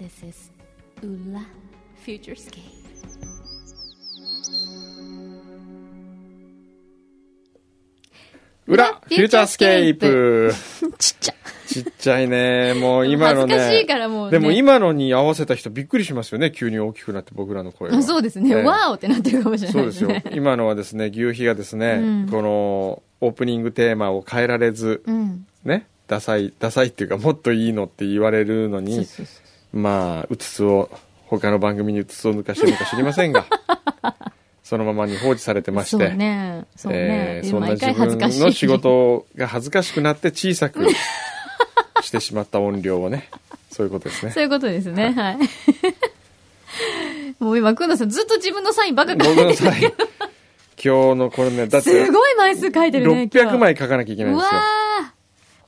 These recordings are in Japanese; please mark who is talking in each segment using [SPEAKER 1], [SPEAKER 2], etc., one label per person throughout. [SPEAKER 1] This is Ula Futurescape.
[SPEAKER 2] 裏、フューチャースケープ。
[SPEAKER 1] ちっちゃ。
[SPEAKER 2] ちっちゃいね。もう今のね。
[SPEAKER 1] 恥ずかしいからもうね
[SPEAKER 2] でも今のに合わせた人びっくりしますよね。急に大きくなって僕らの声が。
[SPEAKER 1] そうですね。
[SPEAKER 2] ええ
[SPEAKER 1] わーおってなってるかもしれな
[SPEAKER 2] そ
[SPEAKER 1] いうで
[SPEAKER 2] です
[SPEAKER 1] す
[SPEAKER 2] よ
[SPEAKER 1] ね。。
[SPEAKER 2] 今のはですね、牛皮がですね、
[SPEAKER 1] うん
[SPEAKER 2] このオープニングテーマを変えられず、
[SPEAKER 1] うん。
[SPEAKER 2] ね、ダサい、ダサいっていうかもっといいのって言われる
[SPEAKER 1] そ
[SPEAKER 2] の
[SPEAKER 1] う
[SPEAKER 2] に、
[SPEAKER 1] そうそう
[SPEAKER 2] まあ、うつつを、他の番組にうつつを抜かしてるのか知りませ んが、そのままに放置されてまし
[SPEAKER 1] そう
[SPEAKER 2] て。
[SPEAKER 1] ね。そう
[SPEAKER 2] え
[SPEAKER 1] ね。
[SPEAKER 2] ー
[SPEAKER 1] で
[SPEAKER 2] そんな
[SPEAKER 1] 毎
[SPEAKER 2] 自
[SPEAKER 1] 回恥ず
[SPEAKER 2] 分
[SPEAKER 1] かしい。
[SPEAKER 2] の仕。事が恥ずかしくなって小さく してしまった音量をねそういうことですね
[SPEAKER 1] そういうことです ね。はい。 もう今、くんどさんずっと自分のサインばっか書い
[SPEAKER 2] 僕
[SPEAKER 1] て
[SPEAKER 2] の
[SPEAKER 1] る。
[SPEAKER 2] 際今日のこれねだっ
[SPEAKER 1] す
[SPEAKER 2] て
[SPEAKER 1] ごい枚数書いてるね。今日
[SPEAKER 2] 600枚書かなきゃいけないん
[SPEAKER 1] う
[SPEAKER 2] で
[SPEAKER 1] わ
[SPEAKER 2] す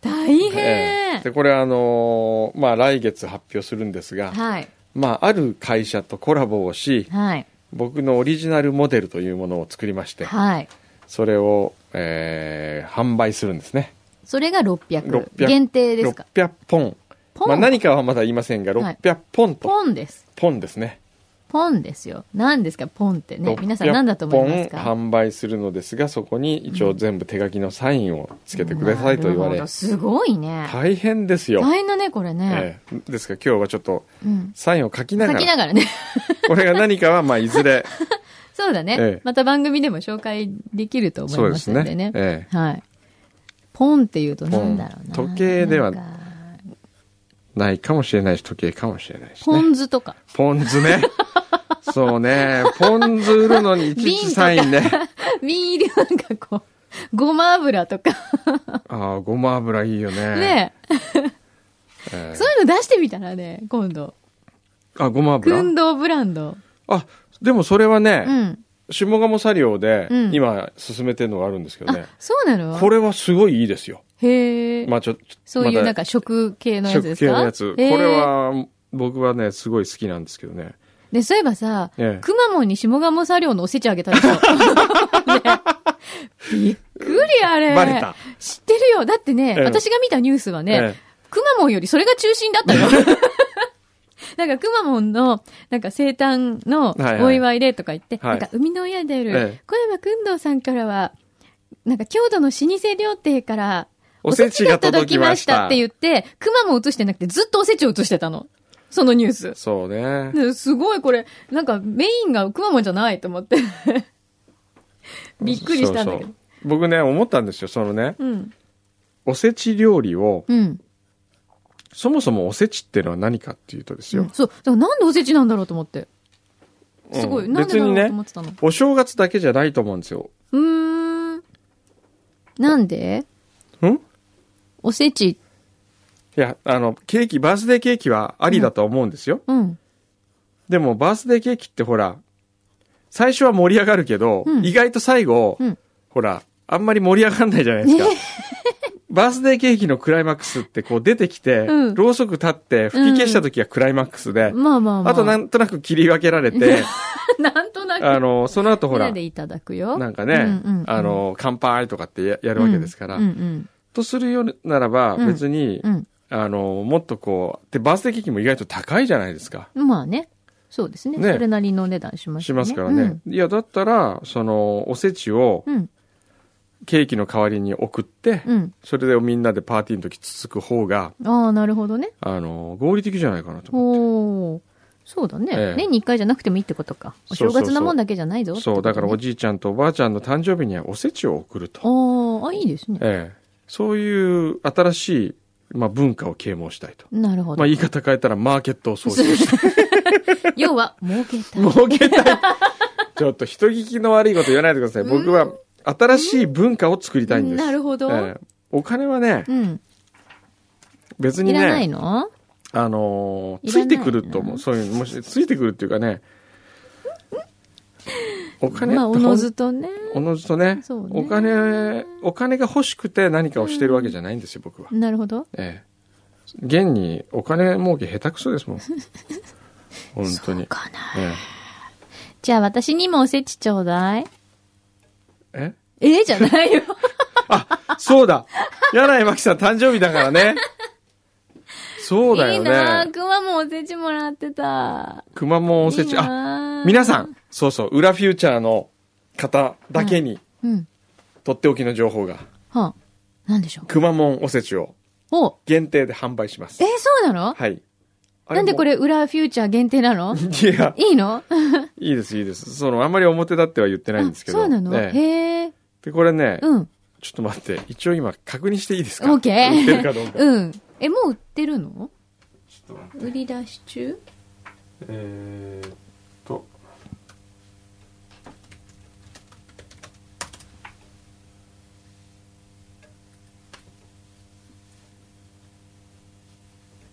[SPEAKER 2] よ
[SPEAKER 1] ー大
[SPEAKER 2] え
[SPEAKER 1] 変
[SPEAKER 2] ーでこれあのーまあ来月発表するんですが、
[SPEAKER 1] はい。
[SPEAKER 2] まあある会社とコラボをし
[SPEAKER 1] はい。
[SPEAKER 2] 僕のオリジナルモデルというものを作りまして
[SPEAKER 1] はい。
[SPEAKER 2] それを、えー販売するんですね
[SPEAKER 1] それが600。
[SPEAKER 2] 600
[SPEAKER 1] 限定ですか
[SPEAKER 2] 600本
[SPEAKER 1] ポン
[SPEAKER 2] まあ、何かはまだ言いませんが
[SPEAKER 1] はい
[SPEAKER 2] 600本と、
[SPEAKER 1] ポンです。
[SPEAKER 2] ポンですね
[SPEAKER 1] ポンですよ。何ですか、ポンってね。皆さん
[SPEAKER 2] 600
[SPEAKER 1] 何だと思います
[SPEAKER 2] 本
[SPEAKER 1] か
[SPEAKER 2] 販売するのですがそこに一応全部手書きのサインをつけてくださいと言わ
[SPEAKER 1] なる
[SPEAKER 2] れ、
[SPEAKER 1] ほどすごいね。
[SPEAKER 2] 大変ですよ、
[SPEAKER 1] 大変だね、これね。
[SPEAKER 2] ええですから今日はちょっと
[SPEAKER 1] うん。
[SPEAKER 2] サインを書きなが
[SPEAKER 1] 書
[SPEAKER 2] ら
[SPEAKER 1] きながらね。
[SPEAKER 2] これが何かはまあいずれ
[SPEAKER 1] そうだね、
[SPEAKER 2] ええ
[SPEAKER 1] また番組でも紹介できると思い
[SPEAKER 2] そうで
[SPEAKER 1] ますすの
[SPEAKER 2] ね
[SPEAKER 1] でね。
[SPEAKER 2] ええ
[SPEAKER 1] はい。ポンっていうとなんだろうな。
[SPEAKER 2] ポン時計では
[SPEAKER 1] なんか
[SPEAKER 2] ないかもしれないし時計かもしれないし
[SPEAKER 1] ポ
[SPEAKER 2] ね
[SPEAKER 1] ン酢と か。
[SPEAKER 2] ポン酢 ねそうねポン酢売るのにいちいちサインね
[SPEAKER 1] 瓶入りなんかこう、ごま油とか。
[SPEAKER 2] ああごま油いいよね
[SPEAKER 1] ねえ、
[SPEAKER 2] ええ
[SPEAKER 1] そういうの出してみたらね、今度。
[SPEAKER 2] あごま油
[SPEAKER 1] 訓導ブランド。
[SPEAKER 2] あでもそれはね、
[SPEAKER 1] うん。
[SPEAKER 2] 下鴨作業で
[SPEAKER 1] うん
[SPEAKER 2] 今進めてるのがあるんですけどね、
[SPEAKER 1] あ、そうなの
[SPEAKER 2] これはすごいいいですよ。
[SPEAKER 1] へえ。
[SPEAKER 2] まあちょっと、
[SPEAKER 1] そういう
[SPEAKER 2] ま
[SPEAKER 1] なん
[SPEAKER 2] だ
[SPEAKER 1] か食系のやつですか
[SPEAKER 2] 食系のやつ。こ
[SPEAKER 1] へー
[SPEAKER 2] れは、僕はね、すごい好きなんですけどね。
[SPEAKER 1] で、そういえばさ、
[SPEAKER 2] ええ
[SPEAKER 1] くまモンに下鴨作業のおせちあげたでし ょ。ねびっくりあれ。
[SPEAKER 2] バレた。
[SPEAKER 1] 知ってるよ。だってね、
[SPEAKER 2] ええ
[SPEAKER 1] 私が見たニュースは
[SPEAKER 2] え
[SPEAKER 1] ね、くまモンよりそれが中心だったよ。 なんか、くまモンの、なんか、生誕の
[SPEAKER 2] はいはい
[SPEAKER 1] お祝いでとか言って、
[SPEAKER 2] は
[SPEAKER 1] な
[SPEAKER 2] い
[SPEAKER 1] んか、生みの親である、
[SPEAKER 2] ええ
[SPEAKER 1] 小山くんどうさんからは、なんか、郷土の老舗料亭から、
[SPEAKER 2] おせちが届きました
[SPEAKER 1] おせちが届きって言って、くまモン映してなくて、ずっとおせちを映してたの。そのニュース
[SPEAKER 2] え。そうね。
[SPEAKER 1] ねすごいこれ、なんかメインがくまモンじゃないと思 って。びっくりしたんだけど。
[SPEAKER 2] そううそう僕ね、思ったんですよ。そのね、
[SPEAKER 1] ん。
[SPEAKER 2] おせち料理を、
[SPEAKER 1] うん。
[SPEAKER 2] そもそもおせちっていうのは何かっていうとです
[SPEAKER 1] う
[SPEAKER 2] よ。
[SPEAKER 1] んそう。だからなんでおせちなんだろうと思って。
[SPEAKER 2] うん
[SPEAKER 1] すごい。なんで
[SPEAKER 2] 別
[SPEAKER 1] だろ
[SPEAKER 2] に
[SPEAKER 1] うと
[SPEAKER 2] ね
[SPEAKER 1] 思っ、てたの。
[SPEAKER 2] お正月だけじゃないと思うんですよ。
[SPEAKER 1] うーん。なんで
[SPEAKER 2] んい
[SPEAKER 1] おせち。
[SPEAKER 2] や、あの、ケーキ、バースデーケーキはありだと思うんですよ。
[SPEAKER 1] うん。
[SPEAKER 2] でも、バースデーケーキってほら、最初は盛り上がるけど、
[SPEAKER 1] うん
[SPEAKER 2] 意外と最後、
[SPEAKER 1] うん
[SPEAKER 2] ほら、あんまり盛り上がんないじゃないですか。 バースデーケーキのクライマックスってこう出てきて、
[SPEAKER 1] うん
[SPEAKER 2] ろうそく立って吹き消した時がクライマックスで、
[SPEAKER 1] まあまあまあ。
[SPEAKER 2] あとなんとなく切り分けられて、
[SPEAKER 1] なんとなく。
[SPEAKER 2] あの、その後ほ
[SPEAKER 1] みん
[SPEAKER 2] ら
[SPEAKER 1] な、でいただくよ。
[SPEAKER 2] なんかね、
[SPEAKER 1] うんうんうん
[SPEAKER 2] あ、の、乾杯とかってややるわけですから、
[SPEAKER 1] うんうん
[SPEAKER 2] とするようならば、
[SPEAKER 1] うん
[SPEAKER 2] 別に、
[SPEAKER 1] うん。
[SPEAKER 2] あの、もっとこう、で、バースデーケーキも意外と高いじゃないですか。
[SPEAKER 1] うんまあね。そうですね。
[SPEAKER 2] ね
[SPEAKER 1] それなりの値段します
[SPEAKER 2] しますからね。。いや、だったら、その、おせちを、
[SPEAKER 1] うん。うん
[SPEAKER 2] ケーキの代わりに送って、
[SPEAKER 1] うん。
[SPEAKER 2] それでみんなでパーティーの時つつく方が、
[SPEAKER 1] ああ、なるほどね。
[SPEAKER 2] あの、合理的じゃないかなと思って。
[SPEAKER 1] おおそうだね、
[SPEAKER 2] ええ
[SPEAKER 1] 年に一回じゃなくてもいいってことかお
[SPEAKER 2] そ
[SPEAKER 1] 正
[SPEAKER 2] うそうそう
[SPEAKER 1] 月なもんだけじゃないぞってこ
[SPEAKER 2] そう、
[SPEAKER 1] とね、
[SPEAKER 2] だからおじいちゃんとおばあちゃんの誕生日にはおせちを送ると。
[SPEAKER 1] おああいいですね
[SPEAKER 2] ええ。そういう新しい、まあ、文化を啓蒙したいと。
[SPEAKER 1] なるほど、
[SPEAKER 2] まあ、言い方変えたらマーケットを創出 して、
[SPEAKER 1] 要は儲けたい
[SPEAKER 2] 儲けたい。 ちょっと人聞きの悪いこと言わないでください。僕は新しい文化を作りたいんです。
[SPEAKER 1] なるほど、
[SPEAKER 2] ええお金はね、
[SPEAKER 1] うん
[SPEAKER 2] 別
[SPEAKER 1] い
[SPEAKER 2] に
[SPEAKER 1] らない
[SPEAKER 2] ね、
[SPEAKER 1] の
[SPEAKER 2] あのー
[SPEAKER 1] い
[SPEAKER 2] つ
[SPEAKER 1] らない
[SPEAKER 2] いてくると思うそういうもしついてくるっていうかねお金
[SPEAKER 1] まあ、
[SPEAKER 2] っ
[SPEAKER 1] お
[SPEAKER 2] てほん
[SPEAKER 1] のずとね。
[SPEAKER 2] おのずとね
[SPEAKER 1] そうね
[SPEAKER 2] お金お金が欲しくて何かをしてるわけじゃないんですよ、僕は、
[SPEAKER 1] なるほど。
[SPEAKER 2] ええ現にお金儲け下手くそです もん本当に
[SPEAKER 1] かな。
[SPEAKER 2] え
[SPEAKER 1] じゃあ私にもおせちちょうだい。
[SPEAKER 2] ええ
[SPEAKER 1] ええじゃないよ。
[SPEAKER 2] そうだ柳井真紀さん誕生日だからねそうだ
[SPEAKER 1] いい
[SPEAKER 2] よ
[SPEAKER 1] なあ
[SPEAKER 2] ね
[SPEAKER 1] 熊もおせちもらってた。
[SPEAKER 2] 熊もおせちあ
[SPEAKER 1] あ
[SPEAKER 2] 皆さ。んそうそう裏フューチャーの方だけに
[SPEAKER 1] うん。
[SPEAKER 2] とっておきの情報が、
[SPEAKER 1] はあ。なんでしょう。
[SPEAKER 2] くまモンおせちを
[SPEAKER 1] お
[SPEAKER 2] 限定で販売します
[SPEAKER 1] えー、そうなの
[SPEAKER 2] はいあ
[SPEAKER 1] なんでこれ裏フューチャー限定な の
[SPEAKER 2] いや
[SPEAKER 1] いいの
[SPEAKER 2] いいですいいですそのあんまり表立っては言ってないんですけど
[SPEAKER 1] あそうなの、
[SPEAKER 2] ええ
[SPEAKER 1] へえ。
[SPEAKER 2] でこれね、
[SPEAKER 1] うん。
[SPEAKER 2] ちょっと待って一応今確認していいですか
[SPEAKER 1] オッケー
[SPEAKER 2] 売ってるかどうか
[SPEAKER 1] うん。え、もう売ってるの売り出し中
[SPEAKER 2] えーっと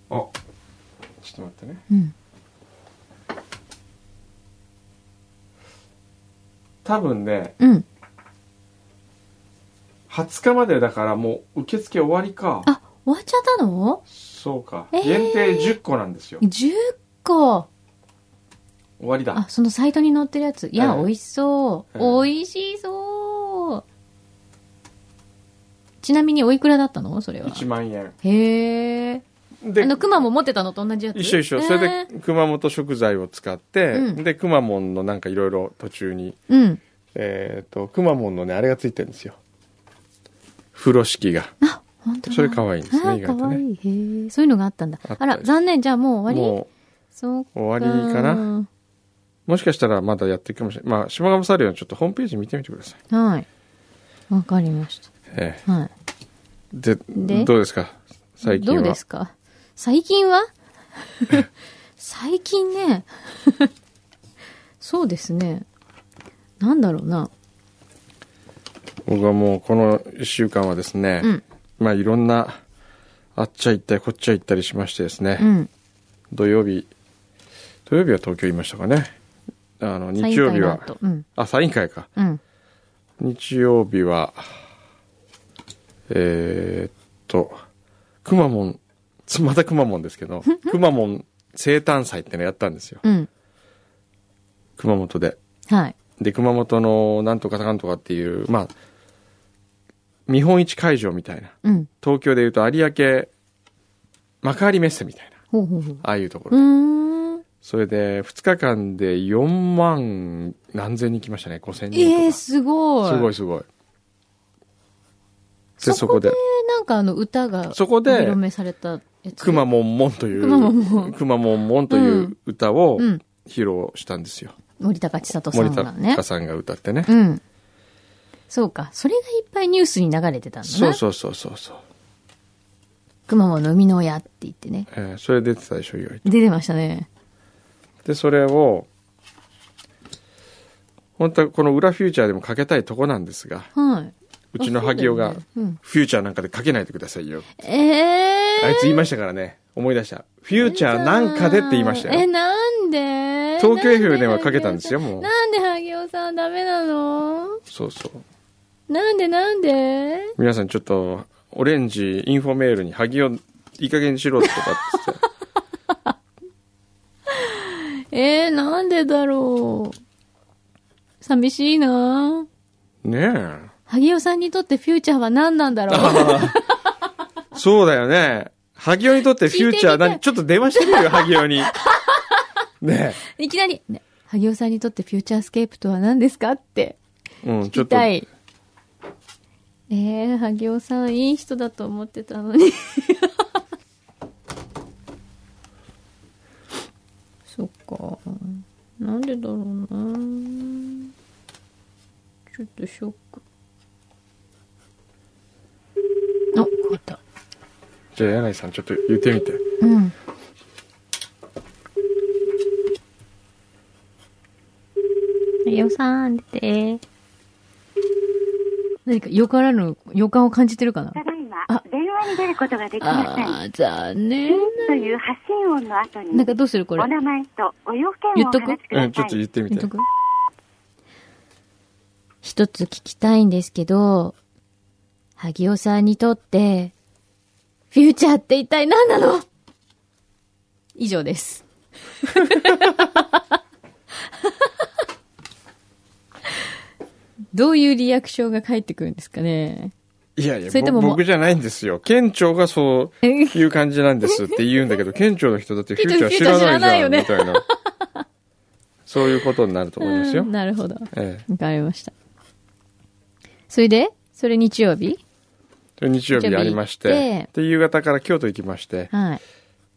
[SPEAKER 2] あちょっと待ってね
[SPEAKER 1] うん。
[SPEAKER 2] 多分ね
[SPEAKER 1] うん。
[SPEAKER 2] 20日までだからもう受付終わりか
[SPEAKER 1] あ、終わっちゃったの
[SPEAKER 2] そうか
[SPEAKER 1] えー
[SPEAKER 2] 限定10個なんですよ
[SPEAKER 1] ?10 個。
[SPEAKER 2] 終わり
[SPEAKER 1] あ
[SPEAKER 2] だ、
[SPEAKER 1] そのサイトに載ってるやつ。いや、
[SPEAKER 2] ええ
[SPEAKER 1] 美味しそう。
[SPEAKER 2] ええ
[SPEAKER 1] 美味しそう。ちなみにおいくらだったのそれは。
[SPEAKER 2] 1万円
[SPEAKER 1] へえ。
[SPEAKER 2] で
[SPEAKER 1] あの、熊も持ってたのと同じやつ
[SPEAKER 2] 一緒一緒それ、で熊本食材を使って、
[SPEAKER 1] うん
[SPEAKER 2] で熊本のなんかいろいろ途中に
[SPEAKER 1] えーうん。
[SPEAKER 2] えっ、と熊本のねあれがついてるんですよ風呂敷が
[SPEAKER 1] あ、本当だ
[SPEAKER 2] それ可愛いですね
[SPEAKER 1] あー
[SPEAKER 2] 意外とね
[SPEAKER 1] 可愛いへえ。そういうのがあったんだ。
[SPEAKER 2] あった
[SPEAKER 1] あら、残念。じゃあもう終わり
[SPEAKER 2] も
[SPEAKER 1] そうか。
[SPEAKER 2] う終わりかなもしかしたらまだやってるかもしれないまあ島上サリオのちょっとホームページ見てみてください、
[SPEAKER 1] はい。わかりまし
[SPEAKER 2] え
[SPEAKER 1] た。はい。
[SPEAKER 2] えで
[SPEAKER 1] で
[SPEAKER 2] どうですか最近
[SPEAKER 1] ど
[SPEAKER 2] は
[SPEAKER 1] うですか最近 は最近ね。そうですね。なんだろうな。
[SPEAKER 2] 僕はもうこの1週間はですね、
[SPEAKER 1] うん
[SPEAKER 2] まあいろんなあっちゃ行ったりこっちゃ行ったりしましてですね、
[SPEAKER 1] うん。
[SPEAKER 2] 土曜日土曜日は東京いましたかねあの日曜日
[SPEAKER 1] サ
[SPEAKER 2] は
[SPEAKER 1] イン会の後うん。
[SPEAKER 2] あサイン会か
[SPEAKER 1] うん。
[SPEAKER 2] 日曜日はえーっとくまモンつまたくまモンで すけどくまモン生誕祭ってのやったんですよ
[SPEAKER 1] うん。
[SPEAKER 2] 熊本で
[SPEAKER 1] はい。
[SPEAKER 2] で熊本のなんとかかんとかっていうまあ見本市会場みたいな
[SPEAKER 1] うん。
[SPEAKER 2] 東京でいうと有明幕張メッセみたいな
[SPEAKER 1] ほうほうほう。
[SPEAKER 2] ああいうとこ
[SPEAKER 1] う
[SPEAKER 2] ろ、
[SPEAKER 1] ーん。
[SPEAKER 2] それで2日間で4万何千人来ましたね5000人とか、
[SPEAKER 1] ええー、すごい。
[SPEAKER 2] すごい
[SPEAKER 1] い。
[SPEAKER 2] すごいで
[SPEAKER 1] そ
[SPEAKER 2] そ
[SPEAKER 1] こ
[SPEAKER 2] こ
[SPEAKER 1] で
[SPEAKER 2] で、
[SPEAKER 1] なんかあの歌が、
[SPEAKER 2] そこで
[SPEAKER 1] お披露目されたやつ。
[SPEAKER 2] くまモンモンという
[SPEAKER 1] くまモンモン
[SPEAKER 2] くまモンモンという歌を
[SPEAKER 1] うん。
[SPEAKER 2] 披露したんですよ、
[SPEAKER 1] 森高千里さ
[SPEAKER 2] 森
[SPEAKER 1] んがね
[SPEAKER 2] 高。さんが歌ってね、
[SPEAKER 1] うん。そうか。それがいっぱいニュースに流れてたんだな。
[SPEAKER 2] そうそうそうそうそう、
[SPEAKER 1] 熊本の生みの親って言ってね。
[SPEAKER 2] えーそれ出てたでしょ意外と
[SPEAKER 1] 出てましたね。
[SPEAKER 2] でそれを本当はこの「裏フューチャー」でもかけたいとこなんですが
[SPEAKER 1] はい。
[SPEAKER 2] うちの萩尾
[SPEAKER 1] あ
[SPEAKER 2] が
[SPEAKER 1] そうだよねうん
[SPEAKER 2] 「フューチャーなんかでかけないでくださいよ」
[SPEAKER 1] ええー。
[SPEAKER 2] あいつ言いましたからね思い出した「フューチャーなんかで」って言いました
[SPEAKER 1] え、
[SPEAKER 2] よ
[SPEAKER 1] なんで
[SPEAKER 2] 東京 FM ではかけたんですよもう
[SPEAKER 1] なんで萩尾さんダメなの
[SPEAKER 2] そうそう
[SPEAKER 1] なんでなんで
[SPEAKER 2] 皆さんちょっとオレンジインフォメールに「萩尾いい加減にしろ」とかっつって
[SPEAKER 1] えー、なんでだろう。寂しいな
[SPEAKER 2] ねえ
[SPEAKER 1] 萩尾さんにとってフューチャーは何なんだろう
[SPEAKER 2] そうだよね。萩尾にとってフューチャ
[SPEAKER 1] 聞いてみた
[SPEAKER 2] ー
[SPEAKER 1] い
[SPEAKER 2] 何ちょっと電話してみ るよ、萩尾に。ね
[SPEAKER 1] いきなり、ね萩尾さんにとってフューチャースケープとは何ですかって
[SPEAKER 2] え。うん、ちょ
[SPEAKER 1] 聞き
[SPEAKER 2] っと。
[SPEAKER 1] た
[SPEAKER 2] ね
[SPEAKER 1] い。えー、萩尾さんいい人だと思ってたのに。 そっか。なんでだろうなちょっとショック。あ、変わった。
[SPEAKER 2] じゃあ、柳井さん、ちょっと言ってみて。
[SPEAKER 1] うん。よさん、出て。何かよからぬ予感を感じてるかな
[SPEAKER 3] ただいま
[SPEAKER 1] あ、
[SPEAKER 3] 電話話に出ることができません。
[SPEAKER 1] ああ、残念。
[SPEAKER 3] という発信音の後
[SPEAKER 1] なん
[SPEAKER 3] に、
[SPEAKER 1] かどうするこれ
[SPEAKER 3] お。名前とご用件
[SPEAKER 1] 言
[SPEAKER 3] を
[SPEAKER 1] っ
[SPEAKER 3] お
[SPEAKER 1] とく
[SPEAKER 3] 話しく
[SPEAKER 2] う
[SPEAKER 3] ださい。
[SPEAKER 2] ん、ちょっと言ってみ
[SPEAKER 1] 言ってと。く一つ聞きたいんですけど、萩尾さんにとって、フューチャーって一体何なの以上です。 どういうリアクションが返ってくるんですかね
[SPEAKER 2] いやいや
[SPEAKER 1] それとも
[SPEAKER 2] ぼ僕じゃないんですよ。県庁がそういう感じなんですって言うん だけど、県庁の人だってフューチャー知らないじゃん、
[SPEAKER 1] フュー
[SPEAKER 2] み
[SPEAKER 1] チ
[SPEAKER 2] たいな。そういうことになると思いますよ
[SPEAKER 1] うん。なるほど。
[SPEAKER 2] ええ
[SPEAKER 1] わかりました。それでそれ日曜日
[SPEAKER 2] で日曜日ありまし
[SPEAKER 1] 日曜日行って
[SPEAKER 2] て、で、夕方から京都行きまして、
[SPEAKER 1] はい。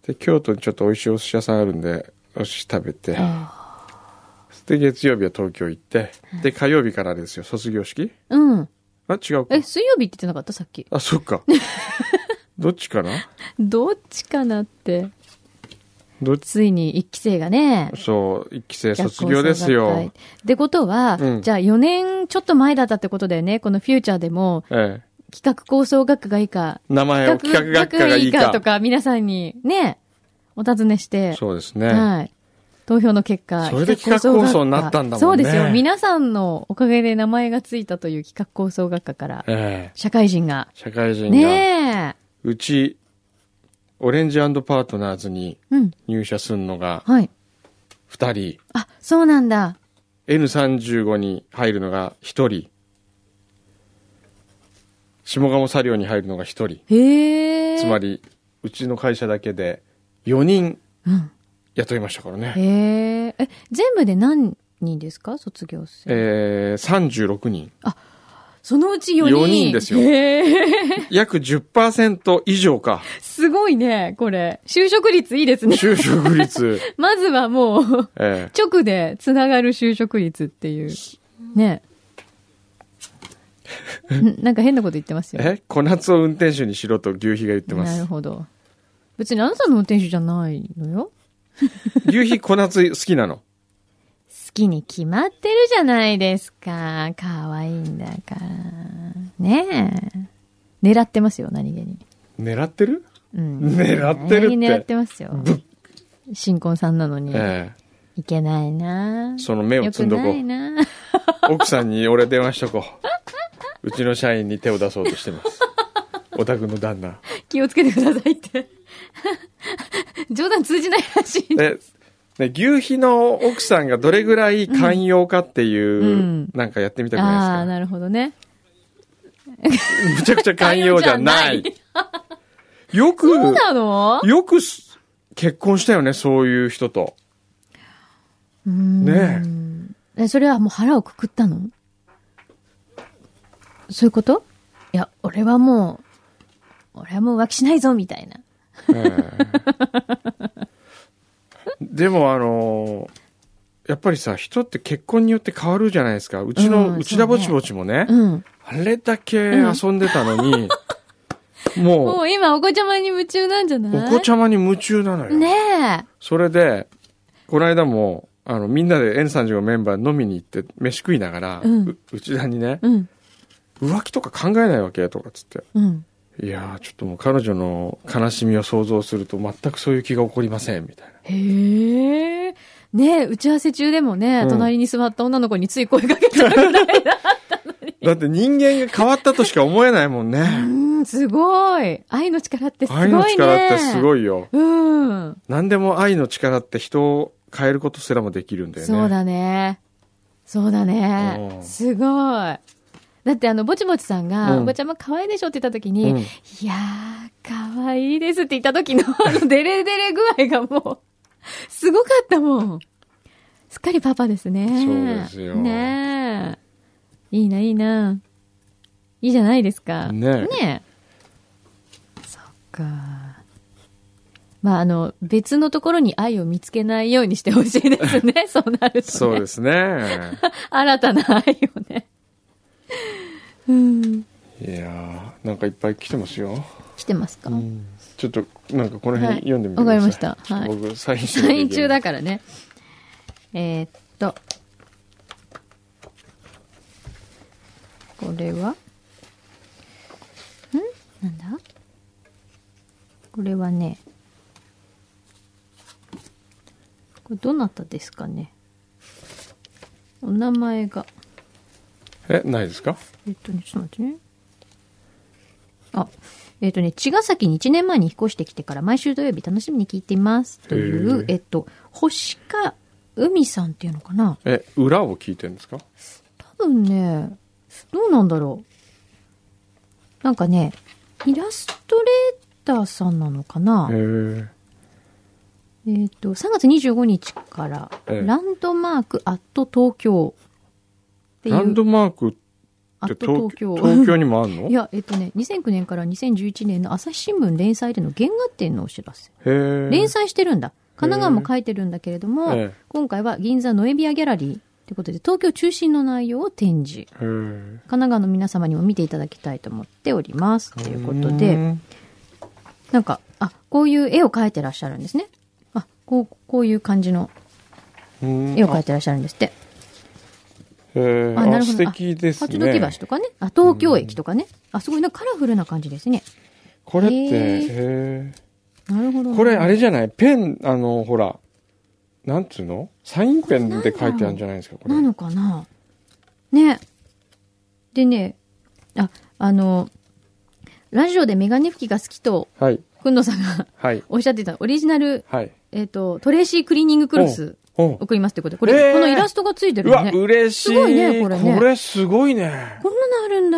[SPEAKER 2] で、京都にちょっと美味しいお寿司屋さんあるんで、お寿司食べて、
[SPEAKER 1] あ
[SPEAKER 2] で、月曜日は東京行って、で、火曜日からあれですよ、卒業式
[SPEAKER 1] うん。
[SPEAKER 2] あ、違うか
[SPEAKER 1] え、。水曜日って言ってなかったさっき。
[SPEAKER 2] あ、そっ か。どっちかな
[SPEAKER 1] どっちかなって。
[SPEAKER 2] どっち
[SPEAKER 1] ついに一期生がね。
[SPEAKER 2] そう、一期生卒業です
[SPEAKER 1] 学校総合
[SPEAKER 2] よ
[SPEAKER 1] 学会。ってことは、
[SPEAKER 2] うん
[SPEAKER 1] じゃあ4年ちょっと前だったってことだよね。このフューチャーでも、
[SPEAKER 2] ええ。
[SPEAKER 1] 企画構想学科がいいか、
[SPEAKER 2] 名前を企画学科がいい
[SPEAKER 1] 学
[SPEAKER 2] か。
[SPEAKER 1] とか、皆さんにね、お尋ねして。
[SPEAKER 2] そうですね。
[SPEAKER 1] はい。投票の結果、
[SPEAKER 2] それで企画構想になったんだもんね
[SPEAKER 1] そうですよ。皆さんのおかげで名前がついたという企画構想学科から、
[SPEAKER 2] ええ
[SPEAKER 1] 社会人が。
[SPEAKER 2] 社会人が、
[SPEAKER 1] ねえ。
[SPEAKER 2] うち、オレンジパートナーズに
[SPEAKER 1] うん。
[SPEAKER 2] 入社するのが
[SPEAKER 1] はい。
[SPEAKER 2] 2人、
[SPEAKER 1] あ、そうなんだ。
[SPEAKER 2] N35 に入るのが1人、下鴨作業に入るのが1人。
[SPEAKER 1] へえ。
[SPEAKER 2] つまり、うちの会社だけで4人
[SPEAKER 1] うん。
[SPEAKER 2] 雇いましたからね。
[SPEAKER 1] へえ。え、全部で何人ですか卒業生。
[SPEAKER 2] えー、36人。
[SPEAKER 1] そのうち4人。
[SPEAKER 2] 4人ですよ
[SPEAKER 1] へえ。
[SPEAKER 2] 約10%以上か。
[SPEAKER 1] すごいね、これ。就職率いいですね。
[SPEAKER 2] 就職率。
[SPEAKER 1] まずはもう、
[SPEAKER 2] ええ
[SPEAKER 1] 直でつながる就職率っていう。ねえ。んなんか変なこと言ってますよ。
[SPEAKER 2] え小夏を運転手にしろと牛皮が言ってま
[SPEAKER 1] なる
[SPEAKER 2] す。
[SPEAKER 1] ほど。別にあなたの運転手じゃないのよ。
[SPEAKER 2] 牛皮小夏好きなの。
[SPEAKER 1] 好きに決まってるじゃないですか。可愛いんだから。ねえ。狙ってますよ、何気に。
[SPEAKER 2] 狙ってる
[SPEAKER 1] うん。
[SPEAKER 2] 狙ってる
[SPEAKER 1] 何
[SPEAKER 2] って
[SPEAKER 1] 気に狙ってますよ。新婚さんなのに。
[SPEAKER 2] ええ
[SPEAKER 1] いけないな
[SPEAKER 2] その目を
[SPEAKER 1] よ
[SPEAKER 2] つ
[SPEAKER 1] く
[SPEAKER 2] んどこ
[SPEAKER 1] ないな
[SPEAKER 2] う。奥さんに俺電話しとこう。うちの社員に手を出そうとしてます。お宅の旦那。
[SPEAKER 1] 気をつけてくださいって。冗談通じないら しい。
[SPEAKER 2] で、ね、牛皮の奥さんがどれぐらい寛容かっていう、
[SPEAKER 1] うん
[SPEAKER 2] なんかやってみたく
[SPEAKER 1] ああ、
[SPEAKER 2] ない
[SPEAKER 1] なるほどね。
[SPEAKER 2] ですかむちゃくちゃ寛容じゃな
[SPEAKER 1] 寛容
[SPEAKER 2] い。よく、
[SPEAKER 1] そうなの
[SPEAKER 2] よくす結婚したよね、そういう人と。ね
[SPEAKER 1] え。それはもう腹をくくったのそういうこといや、俺はもう、俺はもう浮気しないぞ、みたいな。
[SPEAKER 2] でもあのーやっぱりさ、人って結婚によって変わるじゃないですか。うちの、
[SPEAKER 1] う
[SPEAKER 2] うんちだぼちぼちもね、
[SPEAKER 1] うん。
[SPEAKER 2] あれだけ遊んでたの に、
[SPEAKER 1] も
[SPEAKER 2] も
[SPEAKER 1] う今、お子ちゃまに夢中なんじゃ
[SPEAKER 2] う、
[SPEAKER 1] ない
[SPEAKER 2] お子ちゃまに夢中なのよ。
[SPEAKER 1] ね
[SPEAKER 2] それで、この間も、あの、みんなで N35 メンバー飲みに行って、飯食いながら、
[SPEAKER 1] うん
[SPEAKER 2] う内田にね
[SPEAKER 1] え。、うん。
[SPEAKER 2] 浮気とか考えないわけとかっつって。
[SPEAKER 1] うん。
[SPEAKER 2] いやー、ちょっともう彼女の悲しみを想像すると全くそういう気が起こりません、みたいな。
[SPEAKER 1] へえ。ねえ、打ち合わせ中でもね、
[SPEAKER 2] うん
[SPEAKER 1] 隣に座った女の子につい声かけちゃうぐらい だ。
[SPEAKER 2] だって人間が変わったとしか思えないもん
[SPEAKER 1] う
[SPEAKER 2] ね。
[SPEAKER 1] ん、すごい。愛の力 ってすごい
[SPEAKER 2] 愛
[SPEAKER 1] ね。
[SPEAKER 2] の力ってす
[SPEAKER 1] い。
[SPEAKER 2] ごいよ。
[SPEAKER 1] うん。
[SPEAKER 2] 何でも愛の力って人を変えることすらもできるんだよね。
[SPEAKER 1] そうだね。そうだね
[SPEAKER 2] う。ん
[SPEAKER 1] すごい。だってあの、ぼちぼちさんが、
[SPEAKER 2] うん
[SPEAKER 1] おばちゃま可愛いでしょって言った時に、
[SPEAKER 2] うん
[SPEAKER 1] いやー、可愛いですって言った時の、あ の、デレデレ具合がもう、すごかったもん。すっかりパパですね。
[SPEAKER 2] そうですよ
[SPEAKER 1] ねえ。いいな、いいな。いいじゃないですか。
[SPEAKER 2] ねえ
[SPEAKER 1] ねえそっか。まあ、あの、別のところに愛を見つけないようにしてほしいです ね。そうなると、ね。
[SPEAKER 2] そうですね。
[SPEAKER 1] 新たな愛をね。うん。
[SPEAKER 2] いやー、なんかいっぱい来てますよ。
[SPEAKER 1] 来てますか、
[SPEAKER 2] ちょっと、なんかこの辺
[SPEAKER 1] はい
[SPEAKER 2] 読んでみてください。
[SPEAKER 1] わかりましたはい
[SPEAKER 2] 僕、サインしなきゃ
[SPEAKER 1] サ
[SPEAKER 2] いけ
[SPEAKER 1] イ
[SPEAKER 2] ない
[SPEAKER 1] ン中だからね。えーっと。これはんなんだこれはね、これどなたですかね。お名前が、
[SPEAKER 2] え、ないですか
[SPEAKER 1] えっとね、ちょっと待ってね。あ、えっとね、茅ヶ崎に1年前に引っ越してきてから毎週土曜日楽しみに聞いています。という、
[SPEAKER 2] へー
[SPEAKER 1] えっと、星か海さんっていうのかな
[SPEAKER 2] え、裏を聞いてるんですか
[SPEAKER 1] 多分ね、どうなんだろう。なんかね、イラストレーターさんなのかな
[SPEAKER 2] へえ。
[SPEAKER 1] えっ、と、3月25日から、
[SPEAKER 2] ええ
[SPEAKER 1] ランドマークアット東京っていう。
[SPEAKER 2] ランドマークっ
[SPEAKER 1] アッ
[SPEAKER 2] て
[SPEAKER 1] ト
[SPEAKER 2] 東
[SPEAKER 1] 東京。
[SPEAKER 2] 東京にもあるの
[SPEAKER 1] いや、えっ、とね、2009年から2011年の朝日新聞連載での原画展のお知らせ。
[SPEAKER 2] へえ。
[SPEAKER 1] 連載してるんだ。神奈川も書いてるんだけれども、
[SPEAKER 2] ええ
[SPEAKER 1] 今回は銀座ノエビアギャラリーってことで、東京中心の内容を展示。
[SPEAKER 2] へえ。
[SPEAKER 1] 神奈川の皆様にも見ていただきたいと思っております。ということ
[SPEAKER 2] う
[SPEAKER 1] で、
[SPEAKER 2] ん
[SPEAKER 1] なんか、あ、こういう絵を描いてらっしゃるんですね。あ、こう、こういう感じの
[SPEAKER 2] うん
[SPEAKER 1] 絵を描いてらっしゃるんですって。
[SPEAKER 2] へえ。
[SPEAKER 1] あ、な
[SPEAKER 2] あ
[SPEAKER 1] るほ
[SPEAKER 2] 素
[SPEAKER 1] ど。あ
[SPEAKER 2] 敵です
[SPEAKER 1] 八戸
[SPEAKER 2] ね
[SPEAKER 1] 橋。とかね。あ、東京駅とかね。あ、すごいなんかカラフルな感じですね。
[SPEAKER 2] これって、
[SPEAKER 1] へえ
[SPEAKER 2] へえ。
[SPEAKER 1] なるほどね、
[SPEAKER 2] これあれじゃないペン、あの、ほら、なんつうのサインペンで書いてあるんじゃないですか、これ
[SPEAKER 1] な。のかなね。でね、あ、あの、ラジオでメガネ拭きが好きと、
[SPEAKER 2] はい、
[SPEAKER 1] くんのさんが
[SPEAKER 2] はい、
[SPEAKER 1] おっしゃってたオリジナル、
[SPEAKER 2] はい。
[SPEAKER 1] えっ、と、トレーシークリーニングクルス
[SPEAKER 2] おう
[SPEAKER 1] 送りますってことで、これ、
[SPEAKER 2] えー
[SPEAKER 1] このイラストがついて
[SPEAKER 2] う
[SPEAKER 1] るよ
[SPEAKER 2] わ、
[SPEAKER 1] ね。
[SPEAKER 2] 嬉しい。
[SPEAKER 1] すごいねこれね
[SPEAKER 2] すごいね。
[SPEAKER 1] こんなのあるん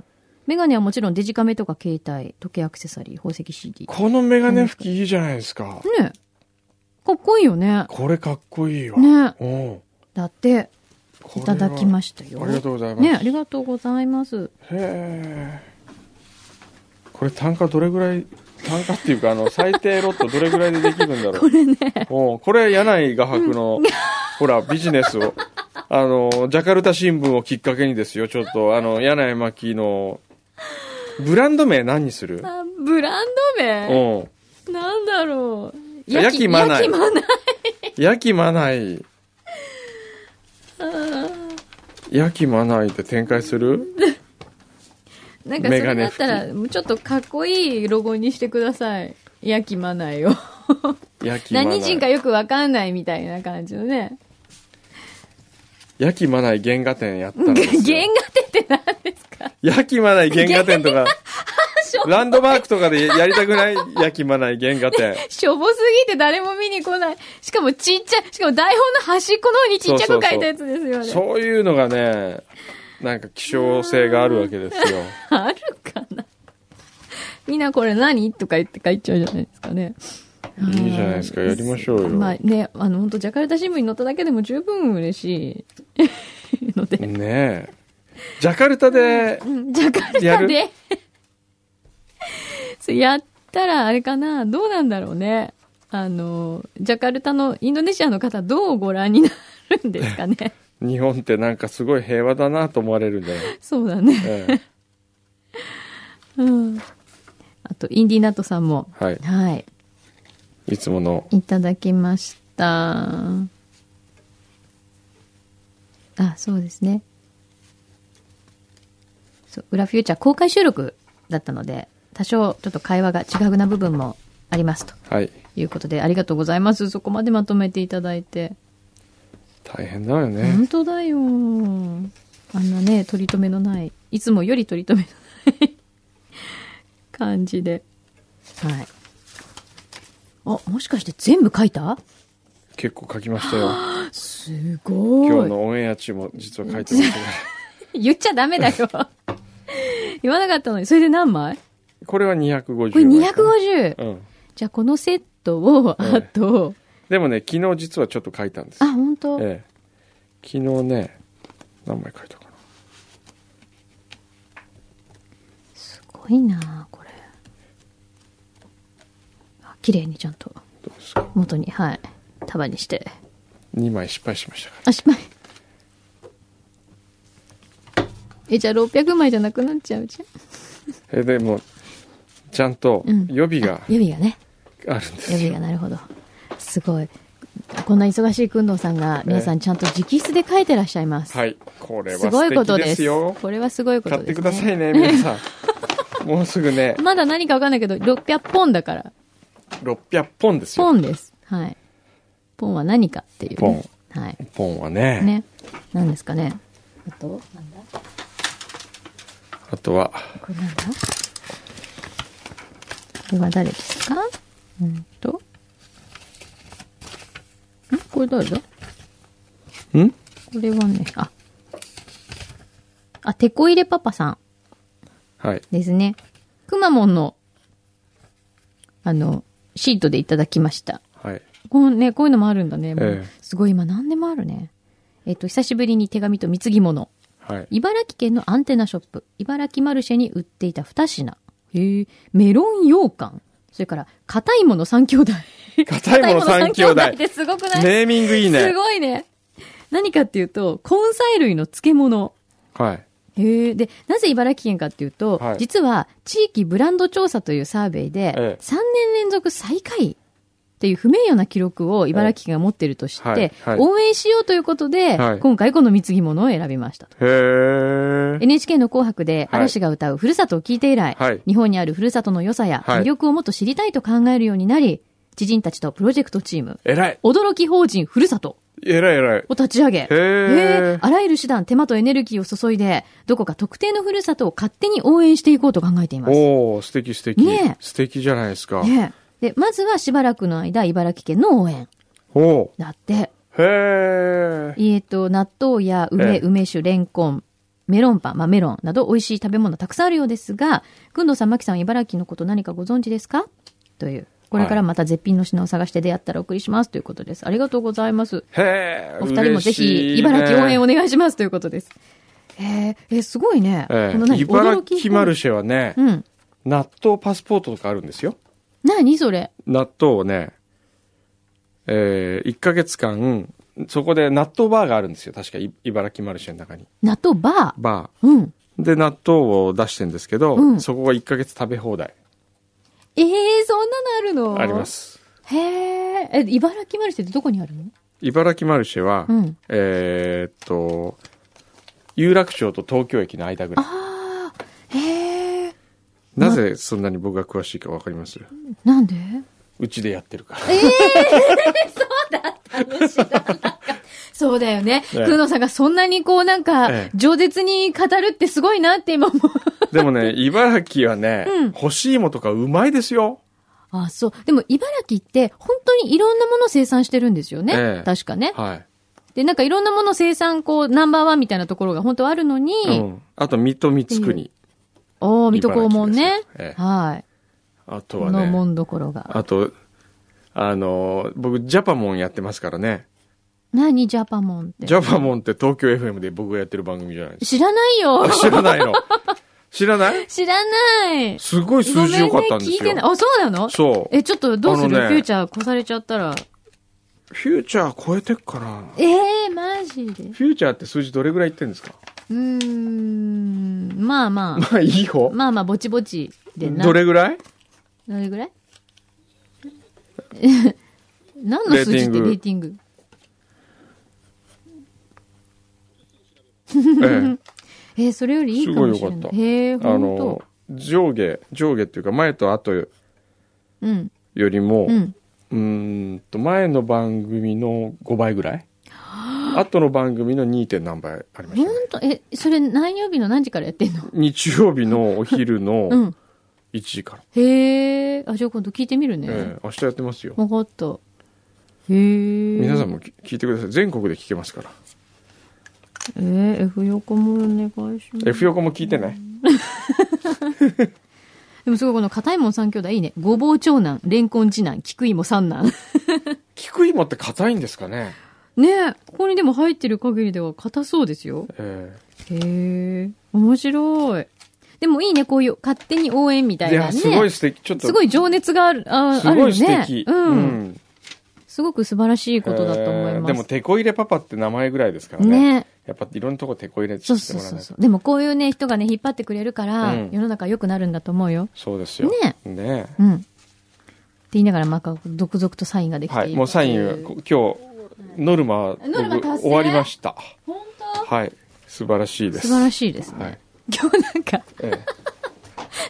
[SPEAKER 1] だ。メガネはもちろんデジカメとか携帯、時計アクセサリー、宝石 CD。ね
[SPEAKER 2] このメガネ拭きいいじゃないですか。
[SPEAKER 1] かっこいいよね。
[SPEAKER 2] これかっこいいわ。
[SPEAKER 1] ね
[SPEAKER 2] うん
[SPEAKER 1] だって、いただきま
[SPEAKER 2] し
[SPEAKER 1] したよ。
[SPEAKER 2] ありがとうございます。
[SPEAKER 1] ねありがとうございます。
[SPEAKER 2] へえ。これ単価どれぐらい、単価っていうか、あの、最低ロットどれぐらいでできるん だろう。これね。おうこれ、柳井画伯の、ほら、ビジネスを。あの、ジャカルタ新聞をきっかけにですよ、ちょっと、あの、柳井真紀の、ブランド名何にする
[SPEAKER 1] あブランド名
[SPEAKER 2] うん。
[SPEAKER 1] なんだろう。
[SPEAKER 2] やきまな
[SPEAKER 1] や
[SPEAKER 2] い
[SPEAKER 1] きまない。
[SPEAKER 2] 焼きまない。焼きまないで展開する
[SPEAKER 1] なんかそれだった
[SPEAKER 2] メガ
[SPEAKER 1] ら、もうちょっとかっこいいロゴにしてください。やきまないを。
[SPEAKER 2] 焼きまない。
[SPEAKER 1] 何人かよくわかんないみたいな感じのね。
[SPEAKER 2] 焼きまない原画展やった
[SPEAKER 1] 原
[SPEAKER 2] ら
[SPEAKER 1] 画
[SPEAKER 2] ですよ。
[SPEAKER 1] 展って何ですか
[SPEAKER 2] 焼きまない原画展とか、
[SPEAKER 1] しょ
[SPEAKER 2] ランドマークとかでやりたくない焼きまない原画 展。
[SPEAKER 1] しょぼすぎて誰も見に来ない。しかもちっちゃい、しかも台本の端っこの方にちっちゃく書いたやつですよね。
[SPEAKER 2] そういうのがね、なんか希少性があるわけですよ。
[SPEAKER 1] あるかなみんなこれ何とか言って書いちゃうじゃないですかね。
[SPEAKER 2] いいじゃないですか、やりましょうよ。
[SPEAKER 1] まあ
[SPEAKER 2] ね
[SPEAKER 1] ね、あの、本当ジャカルタ新聞に載っただけでも十分嬉しいので、
[SPEAKER 2] え。ジャカルタで、
[SPEAKER 1] うんジャカル
[SPEAKER 2] や
[SPEAKER 1] タ
[SPEAKER 2] る
[SPEAKER 1] で そうやったらあれかな、どうなんだろうね。あの、ジャカルタのインドネシアの方どうご覧になるんですか ね。
[SPEAKER 2] 日本ってなんかすごい平和だなと思われるんじゃない、
[SPEAKER 1] そうだね。
[SPEAKER 2] ええ、
[SPEAKER 1] うん。あと、インディーナットさんも、
[SPEAKER 2] はい。
[SPEAKER 1] はい、
[SPEAKER 2] いつもの。
[SPEAKER 1] いただきました。あ、そうですね。そう、裏フューチャー公開収録だったので、多少ちょっと会話が違うな部分もありますと
[SPEAKER 2] はい。
[SPEAKER 1] いうことで、ありがとうございます。そこまでまとめていただいて。
[SPEAKER 2] 大変だよね。
[SPEAKER 1] 本当だよ。あんなね、取り留めのない、いつもより取り留めのない 感じで。はい。あ、もしかして全部書いた
[SPEAKER 2] 結構書きましたよ。
[SPEAKER 1] すごい。
[SPEAKER 2] 今日のオンエア中も実は書いてま したから。
[SPEAKER 1] 言っちゃダメだよ。 言わなかったのに。それで何枚
[SPEAKER 2] これは250。
[SPEAKER 1] これ 250!
[SPEAKER 2] うん。
[SPEAKER 1] じゃあこのセットを、
[SPEAKER 2] ええ
[SPEAKER 1] あと、
[SPEAKER 2] でもね、昨日実はちょっと書いたんです
[SPEAKER 1] あ、。本当、
[SPEAKER 2] ええ、昨日ね何枚書いたかな
[SPEAKER 1] すごいなあこれ。あ綺麗にちゃんと
[SPEAKER 2] どうですか
[SPEAKER 1] 元に、はい、束にして。
[SPEAKER 2] 2枚失敗しましたか
[SPEAKER 1] あ、しまい。え、じゃあ600枚じゃなくなっちゃうじ
[SPEAKER 2] らえでもちゃんと
[SPEAKER 1] うん
[SPEAKER 2] 予備
[SPEAKER 1] ゃん。あ
[SPEAKER 2] が
[SPEAKER 1] 予備がね。
[SPEAKER 2] あるんです
[SPEAKER 1] 予備
[SPEAKER 2] よ、
[SPEAKER 1] がなるほど。すごい。こんな忙しいくんどうさんが、皆さんちゃんと直筆で書いてらっしゃいます。
[SPEAKER 2] はいこれは
[SPEAKER 1] すごいこと
[SPEAKER 2] 素
[SPEAKER 1] で
[SPEAKER 2] 敵ですすよ
[SPEAKER 1] これはすごいこと
[SPEAKER 2] 買
[SPEAKER 1] で
[SPEAKER 2] っ
[SPEAKER 1] す、ね。
[SPEAKER 2] てくださいね皆さんもうすぐね
[SPEAKER 1] まだ何かわかんないけど、600本だから。
[SPEAKER 2] 600ポンです
[SPEAKER 1] ポ
[SPEAKER 2] よ。
[SPEAKER 1] ンです。はい。ポンは何かっていう、ね。はい。
[SPEAKER 2] ポンはね。
[SPEAKER 1] ね。何ですかね。あと、なんだ
[SPEAKER 2] あとは、
[SPEAKER 1] これなんだこれは誰ですかうんと。んこれ誰だこ
[SPEAKER 2] ん
[SPEAKER 1] れはね、あ。あ、テコ入れパパさん
[SPEAKER 2] はい。
[SPEAKER 1] ですね。くまモンの、あの、シートでいただきました。
[SPEAKER 2] はい。
[SPEAKER 1] こうね、こういうのもあるんだね。もう
[SPEAKER 2] ええ
[SPEAKER 1] すごい、今何でもあるね。えっ、と、久しぶりに手紙と貢ぎ物。
[SPEAKER 2] はい。
[SPEAKER 1] 茨城県のアンテナショップ、茨城マルシェに売っていた2品。へえ、メロン羊羹。それから、硬いもの3兄弟。
[SPEAKER 2] 硬いもの三兄弟
[SPEAKER 1] 硬いもの三ってすごくない
[SPEAKER 2] ネーミングいい
[SPEAKER 1] す
[SPEAKER 2] ね。
[SPEAKER 1] ごいね。何かっていうと、根菜類の漬物。
[SPEAKER 2] はい。
[SPEAKER 1] へえ。で、なぜ茨城県かっていうと、
[SPEAKER 2] はい
[SPEAKER 1] 実は地域ブランド調査というサーベイで、
[SPEAKER 2] ええ
[SPEAKER 1] 3年連続最下位っていう不名誉な記録を茨城県が持ってるとして、
[SPEAKER 2] ええはいはい
[SPEAKER 1] 応援しようということで、
[SPEAKER 2] はい
[SPEAKER 1] 今回この貢ぎ物を選びましたと。
[SPEAKER 2] へー。
[SPEAKER 1] NHK の紅白で
[SPEAKER 2] はい
[SPEAKER 1] 嵐が歌うふるさとを聞いて以来、
[SPEAKER 2] はい
[SPEAKER 1] 日本にあるふるさとの良さや
[SPEAKER 2] はい
[SPEAKER 1] 魅力をもっと知りたいと考えるようになり、知人たちとプロジェクトチーム、
[SPEAKER 2] 偉い。
[SPEAKER 1] 驚き法人ふるさと
[SPEAKER 2] 偉い偉い。
[SPEAKER 1] を立ち上げ、
[SPEAKER 2] へー
[SPEAKER 1] あらゆる手段、手間とエネルギーを注いで、どこか特定のふるさとを勝手に応援していこうと考えています。
[SPEAKER 2] おー、素敵素敵
[SPEAKER 1] ね。え
[SPEAKER 2] 素敵じゃないですか。
[SPEAKER 1] ねえで、まずはしばらくの間、茨城県の応援。
[SPEAKER 2] おー。
[SPEAKER 1] だって、
[SPEAKER 2] へー。
[SPEAKER 1] えっと、納豆や
[SPEAKER 2] え
[SPEAKER 1] 梅、
[SPEAKER 2] え
[SPEAKER 1] 梅酒、レンコン、メロンパン、まあ、メロンなど美味しい食べ物たくさんあるようですが、くんどうさん、まきさん、茨城のこと何かご存知ですかという。これからまた絶品の品を探して出会ったらお送りしますということです。ありがとうございます。
[SPEAKER 2] へー。
[SPEAKER 1] お二人もぜひ、
[SPEAKER 2] 嬉しいね
[SPEAKER 1] 茨城応援お願いしますということです。えー、え、すごいね。
[SPEAKER 2] え
[SPEAKER 1] この
[SPEAKER 2] え
[SPEAKER 1] 何
[SPEAKER 2] 茨城マル
[SPEAKER 1] シ
[SPEAKER 2] シェはね、
[SPEAKER 1] うん。
[SPEAKER 2] 納豆パスポートとかあるんですよ。
[SPEAKER 1] 何それ
[SPEAKER 2] 納豆をね、えー、1ヶ月間、そこで納豆バーがあるんですよ。確かい、茨城マルシェの中に。
[SPEAKER 1] 納豆バー。
[SPEAKER 2] バ
[SPEAKER 1] うん。
[SPEAKER 2] ー。で、納豆を出してんですけど、
[SPEAKER 1] うん
[SPEAKER 2] そこが1ヶ月食べ放題
[SPEAKER 1] ええそんなのあるの
[SPEAKER 2] ありま。す。
[SPEAKER 1] へえ、え、茨城マルシェってどこにあるの
[SPEAKER 2] 茨城マルシェは、
[SPEAKER 1] うん
[SPEAKER 2] えーっと、有楽町と東京駅の間ぐらい。
[SPEAKER 1] ああ、へえ、
[SPEAKER 2] なぜそんなに僕が詳しいかわかります
[SPEAKER 1] なんで
[SPEAKER 2] うちでやってるから。
[SPEAKER 1] そうだよね。
[SPEAKER 2] ええ
[SPEAKER 1] 久野さんがそんなにこうなんか
[SPEAKER 2] ええ、
[SPEAKER 1] 饒舌に語るってすごいなって今思う。
[SPEAKER 2] でもね、茨城はね、干し芋とかうまいですよ。
[SPEAKER 1] あ、そう。でも茨城って本当にいろんなものを生産してるんですよね。
[SPEAKER 2] ええ
[SPEAKER 1] 確かね。
[SPEAKER 2] はい。
[SPEAKER 1] で、なんかいろんなもの生産、こう、ナンバーワンみたいなところが本当はあるのに、
[SPEAKER 2] うん。あと、水戸光
[SPEAKER 1] ってい
[SPEAKER 2] 国。
[SPEAKER 1] おー、水戸黄門
[SPEAKER 2] 茨
[SPEAKER 1] ね
[SPEAKER 2] 城。ですよええ
[SPEAKER 1] はい。
[SPEAKER 2] あと
[SPEAKER 1] こ
[SPEAKER 2] は
[SPEAKER 1] の
[SPEAKER 2] ね、
[SPEAKER 1] 門どころが。
[SPEAKER 2] あと、あのー、僕、ジャパモンやってますからね。
[SPEAKER 1] 何ジャパモンって。
[SPEAKER 2] ジャパモンって東京 FM で僕がやってる番組じゃないです
[SPEAKER 1] 知らないよ
[SPEAKER 2] か。あ。知らないの。知らない
[SPEAKER 1] 知らない。
[SPEAKER 2] すごい数字良かったんです
[SPEAKER 1] ごめね聞いて
[SPEAKER 2] よ
[SPEAKER 1] ない。。あ、そうなの
[SPEAKER 2] そう。
[SPEAKER 1] え、ちょっとどうする、
[SPEAKER 2] あのね
[SPEAKER 1] フューチャー越されちゃったら。
[SPEAKER 2] フューチャー超えてっかな。
[SPEAKER 1] ええー、マジで。
[SPEAKER 2] フューチャーって数字どれぐらいいってんですか
[SPEAKER 1] うーん、まあま
[SPEAKER 2] まあいい
[SPEAKER 1] あ。
[SPEAKER 2] 方。
[SPEAKER 1] まあまあ、ぼちぼちでな。
[SPEAKER 2] どれぐらい
[SPEAKER 1] どれぐらい 何の数字って
[SPEAKER 2] レーティング
[SPEAKER 1] レーティング
[SPEAKER 2] ええ。
[SPEAKER 1] えーそれよりいいかもしれ
[SPEAKER 2] すごい
[SPEAKER 1] な
[SPEAKER 2] よか
[SPEAKER 1] い。
[SPEAKER 2] った
[SPEAKER 1] へえ、
[SPEAKER 2] あ
[SPEAKER 1] ほん
[SPEAKER 2] の
[SPEAKER 1] と。、
[SPEAKER 2] 上下、上下っていうか前と後よ
[SPEAKER 1] うん、
[SPEAKER 2] りも、
[SPEAKER 1] うん。
[SPEAKER 2] うーんと前の番組の5倍ぐらい後の番組の 2. 点何倍ありまし
[SPEAKER 1] ほ
[SPEAKER 2] たね
[SPEAKER 1] んと、え、それ何曜日の何時からやってんの
[SPEAKER 2] 日曜日のお昼
[SPEAKER 1] う
[SPEAKER 2] の
[SPEAKER 1] ん。
[SPEAKER 2] 1時から、
[SPEAKER 1] へえ、あ、じゃあ今度聞いてみるね。
[SPEAKER 2] ええ明日やってますよ
[SPEAKER 1] 分かった。へえ。
[SPEAKER 2] 皆さんもき聞いてください全国で聞けますから
[SPEAKER 1] えー、F 横もお願いします。
[SPEAKER 2] F 横も聞いてね
[SPEAKER 1] でもすごいこの片いもん三兄弟いいね。ごぼう長男、レンコン次男、菊芋三男。
[SPEAKER 2] 菊芋って硬いんですかね
[SPEAKER 1] ねえ、ここにでも入ってる限りでは硬そうですよ。
[SPEAKER 2] え
[SPEAKER 1] へえ、面白い。でもいいね、こういう勝手に応援み
[SPEAKER 2] え
[SPEAKER 1] た
[SPEAKER 2] い
[SPEAKER 1] いなね。
[SPEAKER 2] やすごい素敵ちょっと
[SPEAKER 1] すごい情熱がある、あ
[SPEAKER 2] す
[SPEAKER 1] あるよね。
[SPEAKER 2] ごい素敵、
[SPEAKER 1] うん。
[SPEAKER 2] うん
[SPEAKER 1] すごく素晴らしいことだと思い
[SPEAKER 2] え
[SPEAKER 1] ま
[SPEAKER 2] え
[SPEAKER 1] す。
[SPEAKER 2] でもテコ入れパパって名前ぐらいですからね
[SPEAKER 1] ね
[SPEAKER 2] やっぱいろんなとこテコ入れして
[SPEAKER 1] そう
[SPEAKER 2] も
[SPEAKER 1] そう
[SPEAKER 2] らわ
[SPEAKER 1] そう
[SPEAKER 2] ないと
[SPEAKER 1] そう。でもこういうね、人がね、引っ張ってくれるから、
[SPEAKER 2] うん
[SPEAKER 1] 世の中良くなるんだと思うよ。
[SPEAKER 2] そうですよ
[SPEAKER 1] ね
[SPEAKER 2] ね
[SPEAKER 1] う
[SPEAKER 2] え
[SPEAKER 1] ん。って言いながら、まか、続々とサインができている
[SPEAKER 2] はい、もうサインはこ今日ノルマは
[SPEAKER 1] ノルマ
[SPEAKER 2] 僕
[SPEAKER 1] 達成
[SPEAKER 2] 終わりました。
[SPEAKER 1] 本当
[SPEAKER 2] はい、素晴らしいで
[SPEAKER 1] 素
[SPEAKER 2] す。
[SPEAKER 1] 晴らしいですね。
[SPEAKER 2] はい、
[SPEAKER 1] 今日なんか、
[SPEAKER 2] え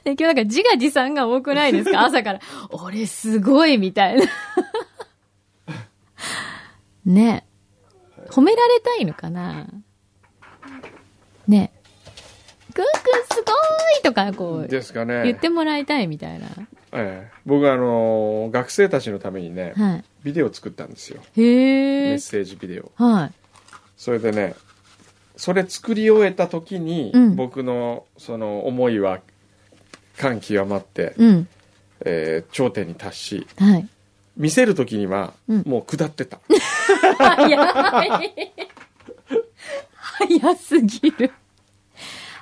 [SPEAKER 2] え
[SPEAKER 1] 今日なんか自画自賛が多くないです か朝から。俺すごいみたいな。 ねえ褒められたいのかなねえくんくんすごいとかこう
[SPEAKER 2] ですかね
[SPEAKER 1] 言ってもらいたいみたいな。
[SPEAKER 2] ええ僕はあのー学生たちのためにね
[SPEAKER 1] は
[SPEAKER 2] ビデオ作ったんですよ
[SPEAKER 1] い。へ
[SPEAKER 2] メ
[SPEAKER 1] え
[SPEAKER 2] ッ。セージビデオ
[SPEAKER 1] は
[SPEAKER 2] それでねそれ作り終えた時に、
[SPEAKER 1] うん
[SPEAKER 2] 僕のその思いは感極まって、
[SPEAKER 1] い。うん。
[SPEAKER 2] えー頂点に達し
[SPEAKER 1] はい。
[SPEAKER 2] 見せる時には
[SPEAKER 1] うん
[SPEAKER 2] もう下ってた、
[SPEAKER 1] 早い。早すぎる。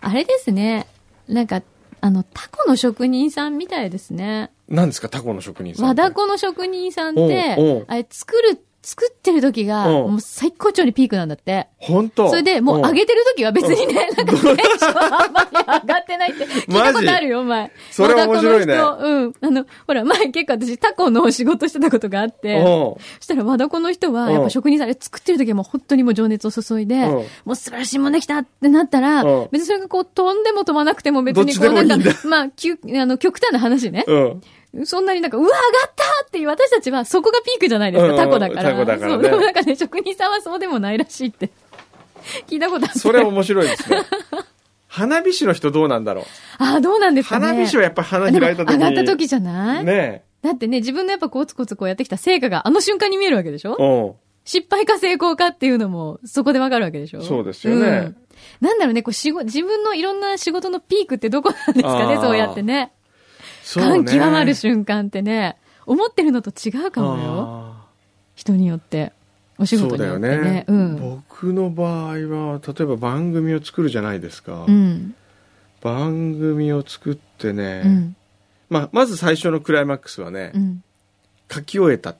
[SPEAKER 1] あれですね。なんか、あの、タコの職人さんみたいですね。
[SPEAKER 2] なんですかタコの職人さん
[SPEAKER 1] 和
[SPEAKER 2] って
[SPEAKER 1] だこの職人さんって
[SPEAKER 2] おうおう、
[SPEAKER 1] あれ作る、作ってる時が、
[SPEAKER 2] うん
[SPEAKER 1] もう最高潮にピークなんだって。
[SPEAKER 2] 本当
[SPEAKER 1] それで、もう上
[SPEAKER 2] ん
[SPEAKER 1] げてる時は別にね、なんか テンションあんまり上がってないって聞いたことあるよ、お前。
[SPEAKER 2] それ面白いね
[SPEAKER 1] 和田子の人うん。あの、ほら、前結構私タコの仕事してたことがあって、
[SPEAKER 2] うん
[SPEAKER 1] そしたら和田子の人
[SPEAKER 2] う
[SPEAKER 1] は、
[SPEAKER 2] ん
[SPEAKER 1] やっぱ職人さんで作ってる時はもう本当にもう情熱を注いで、
[SPEAKER 2] うん
[SPEAKER 1] もう素晴らしいもんできたってなったら
[SPEAKER 2] うん、
[SPEAKER 1] 別にそれがこう飛んでも飛ばなくても別にこ
[SPEAKER 2] どっ
[SPEAKER 1] う
[SPEAKER 2] ちでもいいんだ
[SPEAKER 1] なんか、まあ、きゅあの極端な話ね。
[SPEAKER 2] うん
[SPEAKER 1] そんなになんか、うわ、上がったっていう私たちはそこがピークじゃないです
[SPEAKER 2] う
[SPEAKER 1] か、
[SPEAKER 2] ん
[SPEAKER 1] タコだから。
[SPEAKER 2] タコだからね
[SPEAKER 1] そうでもなんかね、職人さんはそうでもないらしいって。聞いたことあって。
[SPEAKER 2] それ面白いですね花火師の人どうなんだろう
[SPEAKER 1] ああ、どうなんですかね。
[SPEAKER 2] 花火師はやっぱ花
[SPEAKER 1] でも
[SPEAKER 2] 開いた時に
[SPEAKER 1] 上がった時じゃない、
[SPEAKER 2] ね
[SPEAKER 1] だってね、自分のやっぱコツコツこうやってきた成果があの瞬間に見えるわけでしょ
[SPEAKER 2] えうん
[SPEAKER 1] 失敗か成功かっていうのも、そこでわかるわけでしょ
[SPEAKER 2] そうですよね
[SPEAKER 1] んなんだろうね、こう、仕事、自分のいろんな仕事のピークってどこなんですかね
[SPEAKER 2] あ、ー
[SPEAKER 1] そうやってね。
[SPEAKER 2] そう
[SPEAKER 1] 感
[SPEAKER 2] ね
[SPEAKER 1] 極まる瞬間ってね、思ってるのと違うかもよ。
[SPEAKER 2] あー
[SPEAKER 1] 人によって。お仕事によってね。
[SPEAKER 2] そうだよね、
[SPEAKER 1] うん。
[SPEAKER 2] 僕の場合は例えば番組を作るじゃないですか、
[SPEAKER 1] うん。
[SPEAKER 2] 番組を作ってね、
[SPEAKER 1] うん。
[SPEAKER 2] まあ、まず最初のクライマックスはね、
[SPEAKER 1] うん。
[SPEAKER 2] 書き終えたっ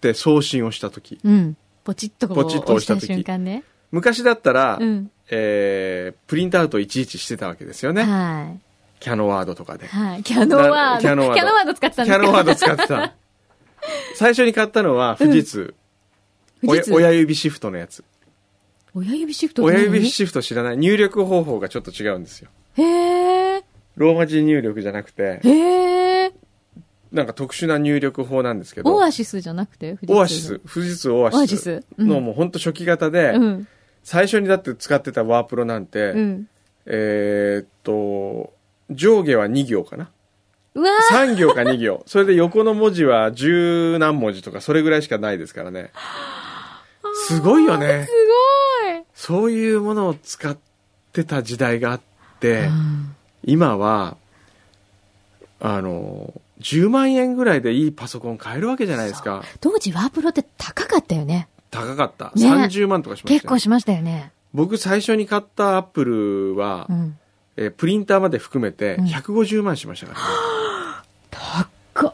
[SPEAKER 2] て送信をした時
[SPEAKER 1] うん。ポチッとこう、
[SPEAKER 2] ポチッと押した時
[SPEAKER 1] 押瞬間ね。
[SPEAKER 2] 昔だったら、
[SPEAKER 1] うん。
[SPEAKER 2] えープリントアウトいちいちしてたわけですよね、
[SPEAKER 1] はい。
[SPEAKER 2] キャノワードとかで
[SPEAKER 1] はい。キャノワード。
[SPEAKER 2] キャノワード
[SPEAKER 1] キャノワード使って
[SPEAKER 2] キ
[SPEAKER 1] たんです
[SPEAKER 2] ャ
[SPEAKER 1] か
[SPEAKER 2] ノワー ド使ってた最初に買ったのは富士通、おや
[SPEAKER 1] 富士通
[SPEAKER 2] 親指シフトのやつ
[SPEAKER 1] 親指シフトって
[SPEAKER 2] 親
[SPEAKER 1] 何
[SPEAKER 2] 指シフト知らない入力方法がちょっと違うんですよ
[SPEAKER 1] へー。
[SPEAKER 2] ローマ字入力じゃなくて
[SPEAKER 1] へー。
[SPEAKER 2] なんか特殊な入力法なんですけど
[SPEAKER 1] オアシスじゃなくて
[SPEAKER 2] オアシス。富士通オ
[SPEAKER 1] オ
[SPEAKER 2] ア
[SPEAKER 1] アシ
[SPEAKER 2] シス
[SPEAKER 1] ス
[SPEAKER 2] の
[SPEAKER 1] うん
[SPEAKER 2] もう本当初期型で、
[SPEAKER 1] うん。
[SPEAKER 2] 最初にだって使ってたワープロなんて、
[SPEAKER 1] うん。
[SPEAKER 2] えーっと上下は2行かな
[SPEAKER 1] うわー
[SPEAKER 2] 3行か2行 それで横の文字は十何文字とかそれぐらいしかないですからねすごいよね
[SPEAKER 1] すごい
[SPEAKER 2] そういうものを使ってた時代があって今はあの10万円ぐらいでいいパソコン買えるわけじゃないですか
[SPEAKER 1] 当時ワープロって高かったよね。
[SPEAKER 2] 高かった、
[SPEAKER 1] ね
[SPEAKER 2] 30万とかしましたよ
[SPEAKER 1] 結構しましたよね。
[SPEAKER 2] 僕最初に買ったアップルは、
[SPEAKER 1] うん。
[SPEAKER 2] えープリンターまで含めて
[SPEAKER 1] うん
[SPEAKER 2] 150万しましたから、ね
[SPEAKER 1] 高っ。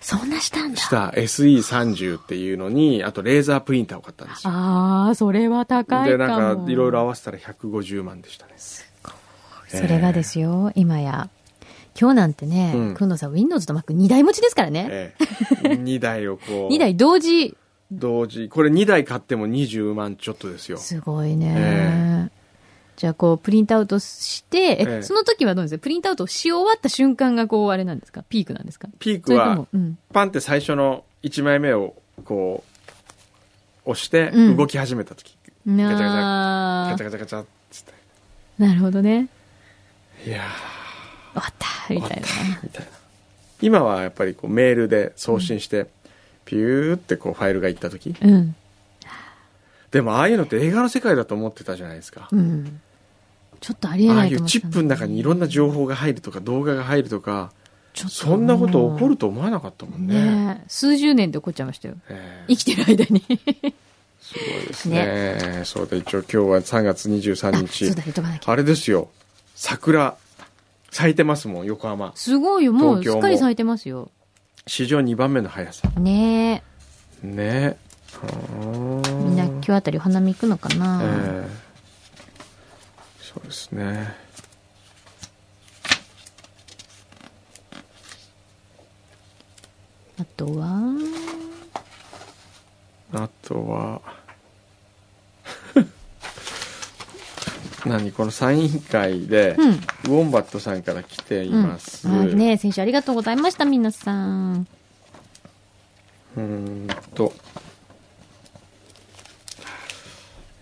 [SPEAKER 1] そんなしたんだ。
[SPEAKER 2] した SE30 っていうのにあとレーザープリンターを買ったんですよ
[SPEAKER 1] あー、それは高い
[SPEAKER 2] で
[SPEAKER 1] かも。
[SPEAKER 2] なんかいろいろ合わせたら150万でしたね
[SPEAKER 1] それがですよ、今や。今日なんてね、
[SPEAKER 2] うん
[SPEAKER 1] くんのさん、Windows と Mac 二台持ちですからね。
[SPEAKER 2] ええ 2台をこう
[SPEAKER 1] 二台同時。
[SPEAKER 2] 同時これ2台買っても20万ちょっとですよ
[SPEAKER 1] すごいね。
[SPEAKER 2] え
[SPEAKER 1] じゃあ、こう、プリントアウトして、え
[SPEAKER 2] ええ
[SPEAKER 1] その時はどうですかプリントアウトし終わった瞬間が、こう、あれなんですかピークなんですか
[SPEAKER 2] ピー
[SPEAKER 1] そ
[SPEAKER 2] ク
[SPEAKER 1] れと
[SPEAKER 2] は
[SPEAKER 1] も、うん。
[SPEAKER 2] パンって最初の1枚目をこう押して
[SPEAKER 1] うん
[SPEAKER 2] 動き始めた時、
[SPEAKER 1] な
[SPEAKER 2] ガ
[SPEAKER 1] あ
[SPEAKER 2] チャガチャガチャっつっ
[SPEAKER 1] なるほどね。
[SPEAKER 2] ていや
[SPEAKER 1] 終わったみたいな。
[SPEAKER 2] ーみたいな今はやっぱりこうメールで送信して、ピューってこうファイルが行った時
[SPEAKER 1] うん。
[SPEAKER 2] でもああいうのって映画の世界だと思ってたじゃないですか、
[SPEAKER 1] うん。ちょっとありえ
[SPEAKER 2] ああ
[SPEAKER 1] ない
[SPEAKER 2] い
[SPEAKER 1] と
[SPEAKER 2] う
[SPEAKER 1] 思って
[SPEAKER 2] チ
[SPEAKER 1] た
[SPEAKER 2] ッ
[SPEAKER 1] ん
[SPEAKER 2] プ
[SPEAKER 1] だ
[SPEAKER 2] の中にいろんな情報が入るとか動画が入るとか
[SPEAKER 1] ちょっと
[SPEAKER 2] そんなこと起こると思わなかったもんね
[SPEAKER 1] ねえ数十年で起こっちゃいましたよ。
[SPEAKER 2] ええ
[SPEAKER 1] 生きてる間に。
[SPEAKER 2] すごいですねそうだ一応今日は3月
[SPEAKER 1] あ、
[SPEAKER 2] 23
[SPEAKER 1] そ
[SPEAKER 2] 日
[SPEAKER 1] うだね、飛ばなきゃ。
[SPEAKER 2] あれですよ桜咲いてますもん横浜
[SPEAKER 1] すごいよ、もう
[SPEAKER 2] 東京
[SPEAKER 1] す
[SPEAKER 2] も
[SPEAKER 1] っかり咲いてますよ。
[SPEAKER 2] 史上2番目の速さ
[SPEAKER 1] ねえ。
[SPEAKER 2] ね
[SPEAKER 1] みんな
[SPEAKER 2] え
[SPEAKER 1] 今日あたりお花見行くのかな、
[SPEAKER 2] ええそうですね
[SPEAKER 1] あとは、
[SPEAKER 2] あとは 何このサイン会で、
[SPEAKER 1] うん
[SPEAKER 2] ウォンバットさんから来ています、
[SPEAKER 1] うん、はいね、先週ありがとうございました、皆さん。
[SPEAKER 2] うーんと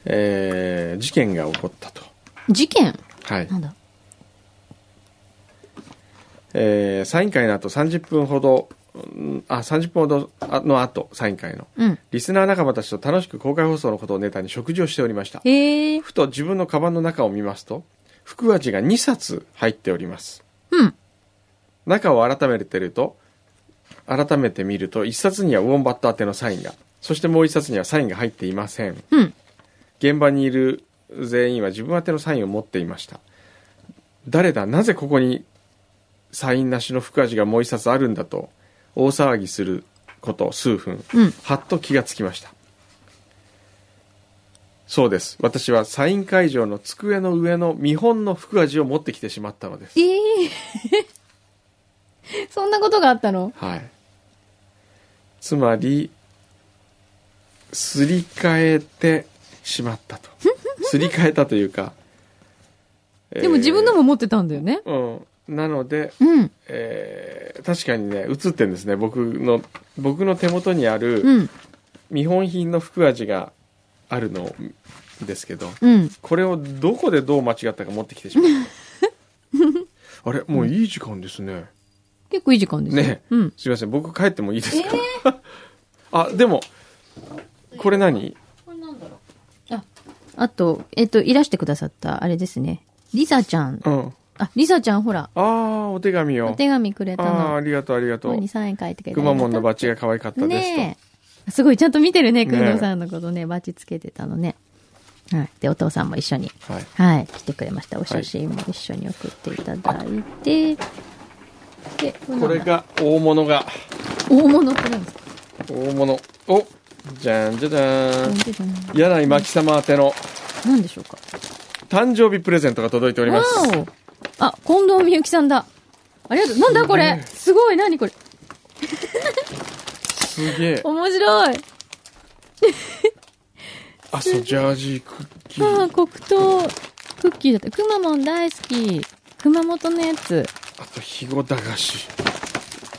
[SPEAKER 2] えー事件が起こったと
[SPEAKER 1] 事件
[SPEAKER 2] はい
[SPEAKER 1] なんだ
[SPEAKER 2] えーサイン会の後30分ほどうんあ30分ほどあの後サイン会の
[SPEAKER 1] うん。
[SPEAKER 2] リスナー仲間たちと楽しく公開放送のことをネタに食事をしておりました
[SPEAKER 1] ええ
[SPEAKER 2] ふと自分のカバンの中を見ますと福味が2冊入っております
[SPEAKER 1] うん。
[SPEAKER 2] 中を改めてると改めて見ると1冊にはウォンバット宛てのサインがそしてもう1冊にはサインが入っていません
[SPEAKER 1] うん。
[SPEAKER 2] 現場にいる全員は自分宛てのサインを持っていました誰だなぜここにサインなしの福味がもう一冊あるんだと大騒ぎすること数分、
[SPEAKER 1] うん
[SPEAKER 2] はっと気がつきましたそうです私はサイン会場の机の上の見本の福味を持ってきてしまったのです
[SPEAKER 1] ええ そんなことがあったの
[SPEAKER 2] はいつまりすり替えてしま ったとすり替えたというか
[SPEAKER 1] でも自分のも持ってたんだよね。
[SPEAKER 2] うん、なので、
[SPEAKER 1] うん。
[SPEAKER 2] えー確かにね映ってるんですね僕の僕の手元にあ
[SPEAKER 1] う
[SPEAKER 2] る
[SPEAKER 1] ん。
[SPEAKER 2] 見本品の福味があるのですけど
[SPEAKER 1] うん。
[SPEAKER 2] これをどこでどう間違ったか持ってきてしまっ たあれもういい時間ですね、
[SPEAKER 1] 結構いい時間ですよ
[SPEAKER 2] ね
[SPEAKER 1] うん。
[SPEAKER 2] すいません僕帰ってもいいですか、あでもこれ何
[SPEAKER 1] これなんだろう。あ、あと、えっと、いらしてくださった、あれですね。リサちゃん。
[SPEAKER 2] うん
[SPEAKER 1] あ、リサちゃん、ほら、
[SPEAKER 2] ああお手紙
[SPEAKER 1] お
[SPEAKER 2] を
[SPEAKER 1] 手紙くれた
[SPEAKER 2] ああー
[SPEAKER 1] の。
[SPEAKER 2] ありがとうありが
[SPEAKER 1] こ
[SPEAKER 2] と
[SPEAKER 1] こ
[SPEAKER 2] う
[SPEAKER 1] にサイン書いてくれた
[SPEAKER 2] くまモンの
[SPEAKER 1] バ
[SPEAKER 2] バッチが可愛かったですと、
[SPEAKER 1] ねえ。すごい、ちゃんと見てるね、く
[SPEAKER 2] ね
[SPEAKER 1] んどうさんのことね、バッチつけてたのね。はい。で、お父さんも一緒に、
[SPEAKER 2] はい
[SPEAKER 1] はい、来てくれました。お写真も一緒に送っていただいて、で、
[SPEAKER 2] これ。が大物が
[SPEAKER 1] 大物って何ですか
[SPEAKER 2] 大物おじゃんじゃじゃ
[SPEAKER 1] なん
[SPEAKER 2] ー
[SPEAKER 1] ていうの
[SPEAKER 2] ん柳巻様宛ての
[SPEAKER 1] 何でしょうか
[SPEAKER 2] 誕生日プレゼントが届いており
[SPEAKER 1] わ
[SPEAKER 2] ます
[SPEAKER 1] おあ、近藤みゆきさんだ。ありがとう。なんだこれすごい、何これ
[SPEAKER 2] すげえ
[SPEAKER 1] 面白い。
[SPEAKER 2] あそうジャージークッキ
[SPEAKER 1] あ
[SPEAKER 2] ー
[SPEAKER 1] あ、黒糖クッキーだった。くまモン大好き。熊本のやつ。
[SPEAKER 2] あと肥後駄菓子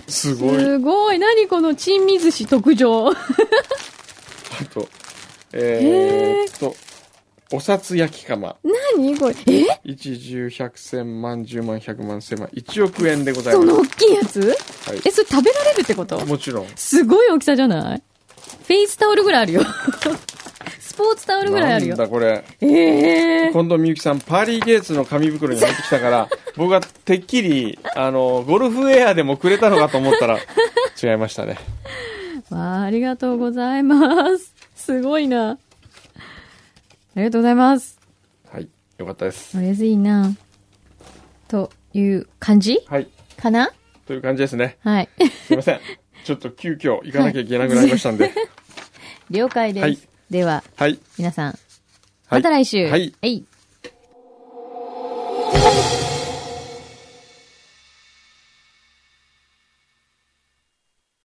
[SPEAKER 2] すごい
[SPEAKER 1] すごい。何この珍味寿司特 上。
[SPEAKER 2] あとえ
[SPEAKER 1] へ
[SPEAKER 2] ー、っとお札焼き釜
[SPEAKER 1] 何これ。え
[SPEAKER 2] 一十百千万十万百万千万一億円でござい
[SPEAKER 1] その
[SPEAKER 2] ま
[SPEAKER 1] 大きいやつ
[SPEAKER 2] す、は
[SPEAKER 1] え、それ食べられるってこと
[SPEAKER 2] い、もちろん
[SPEAKER 1] すごい大きさじゃないフェイスタオルぐらいあるよ。 スポーツタオルぐらいある
[SPEAKER 2] なん
[SPEAKER 1] よ。
[SPEAKER 2] だこれ
[SPEAKER 1] ええ
[SPEAKER 2] 近藤みゆきさんパーリーゲイツの紙袋に入ってきたから 僕はてっきりあのゴルフウェアでもくれたのかと思ったら違いましたね
[SPEAKER 1] わあ、ありがとうございます。すごいな。ありがとうございます。
[SPEAKER 2] はいよかったです
[SPEAKER 1] とりあえずいいな。という感じ
[SPEAKER 2] はい
[SPEAKER 1] かな
[SPEAKER 2] という感じですね
[SPEAKER 1] はい。
[SPEAKER 2] すいませんちょっと急遽行かなきゃいけなくなりましたんで
[SPEAKER 1] 了解です。
[SPEAKER 2] はい
[SPEAKER 1] では、
[SPEAKER 2] はい
[SPEAKER 1] 皆さん、
[SPEAKER 2] は
[SPEAKER 1] ま
[SPEAKER 2] い
[SPEAKER 1] た来週。
[SPEAKER 2] はい
[SPEAKER 1] はい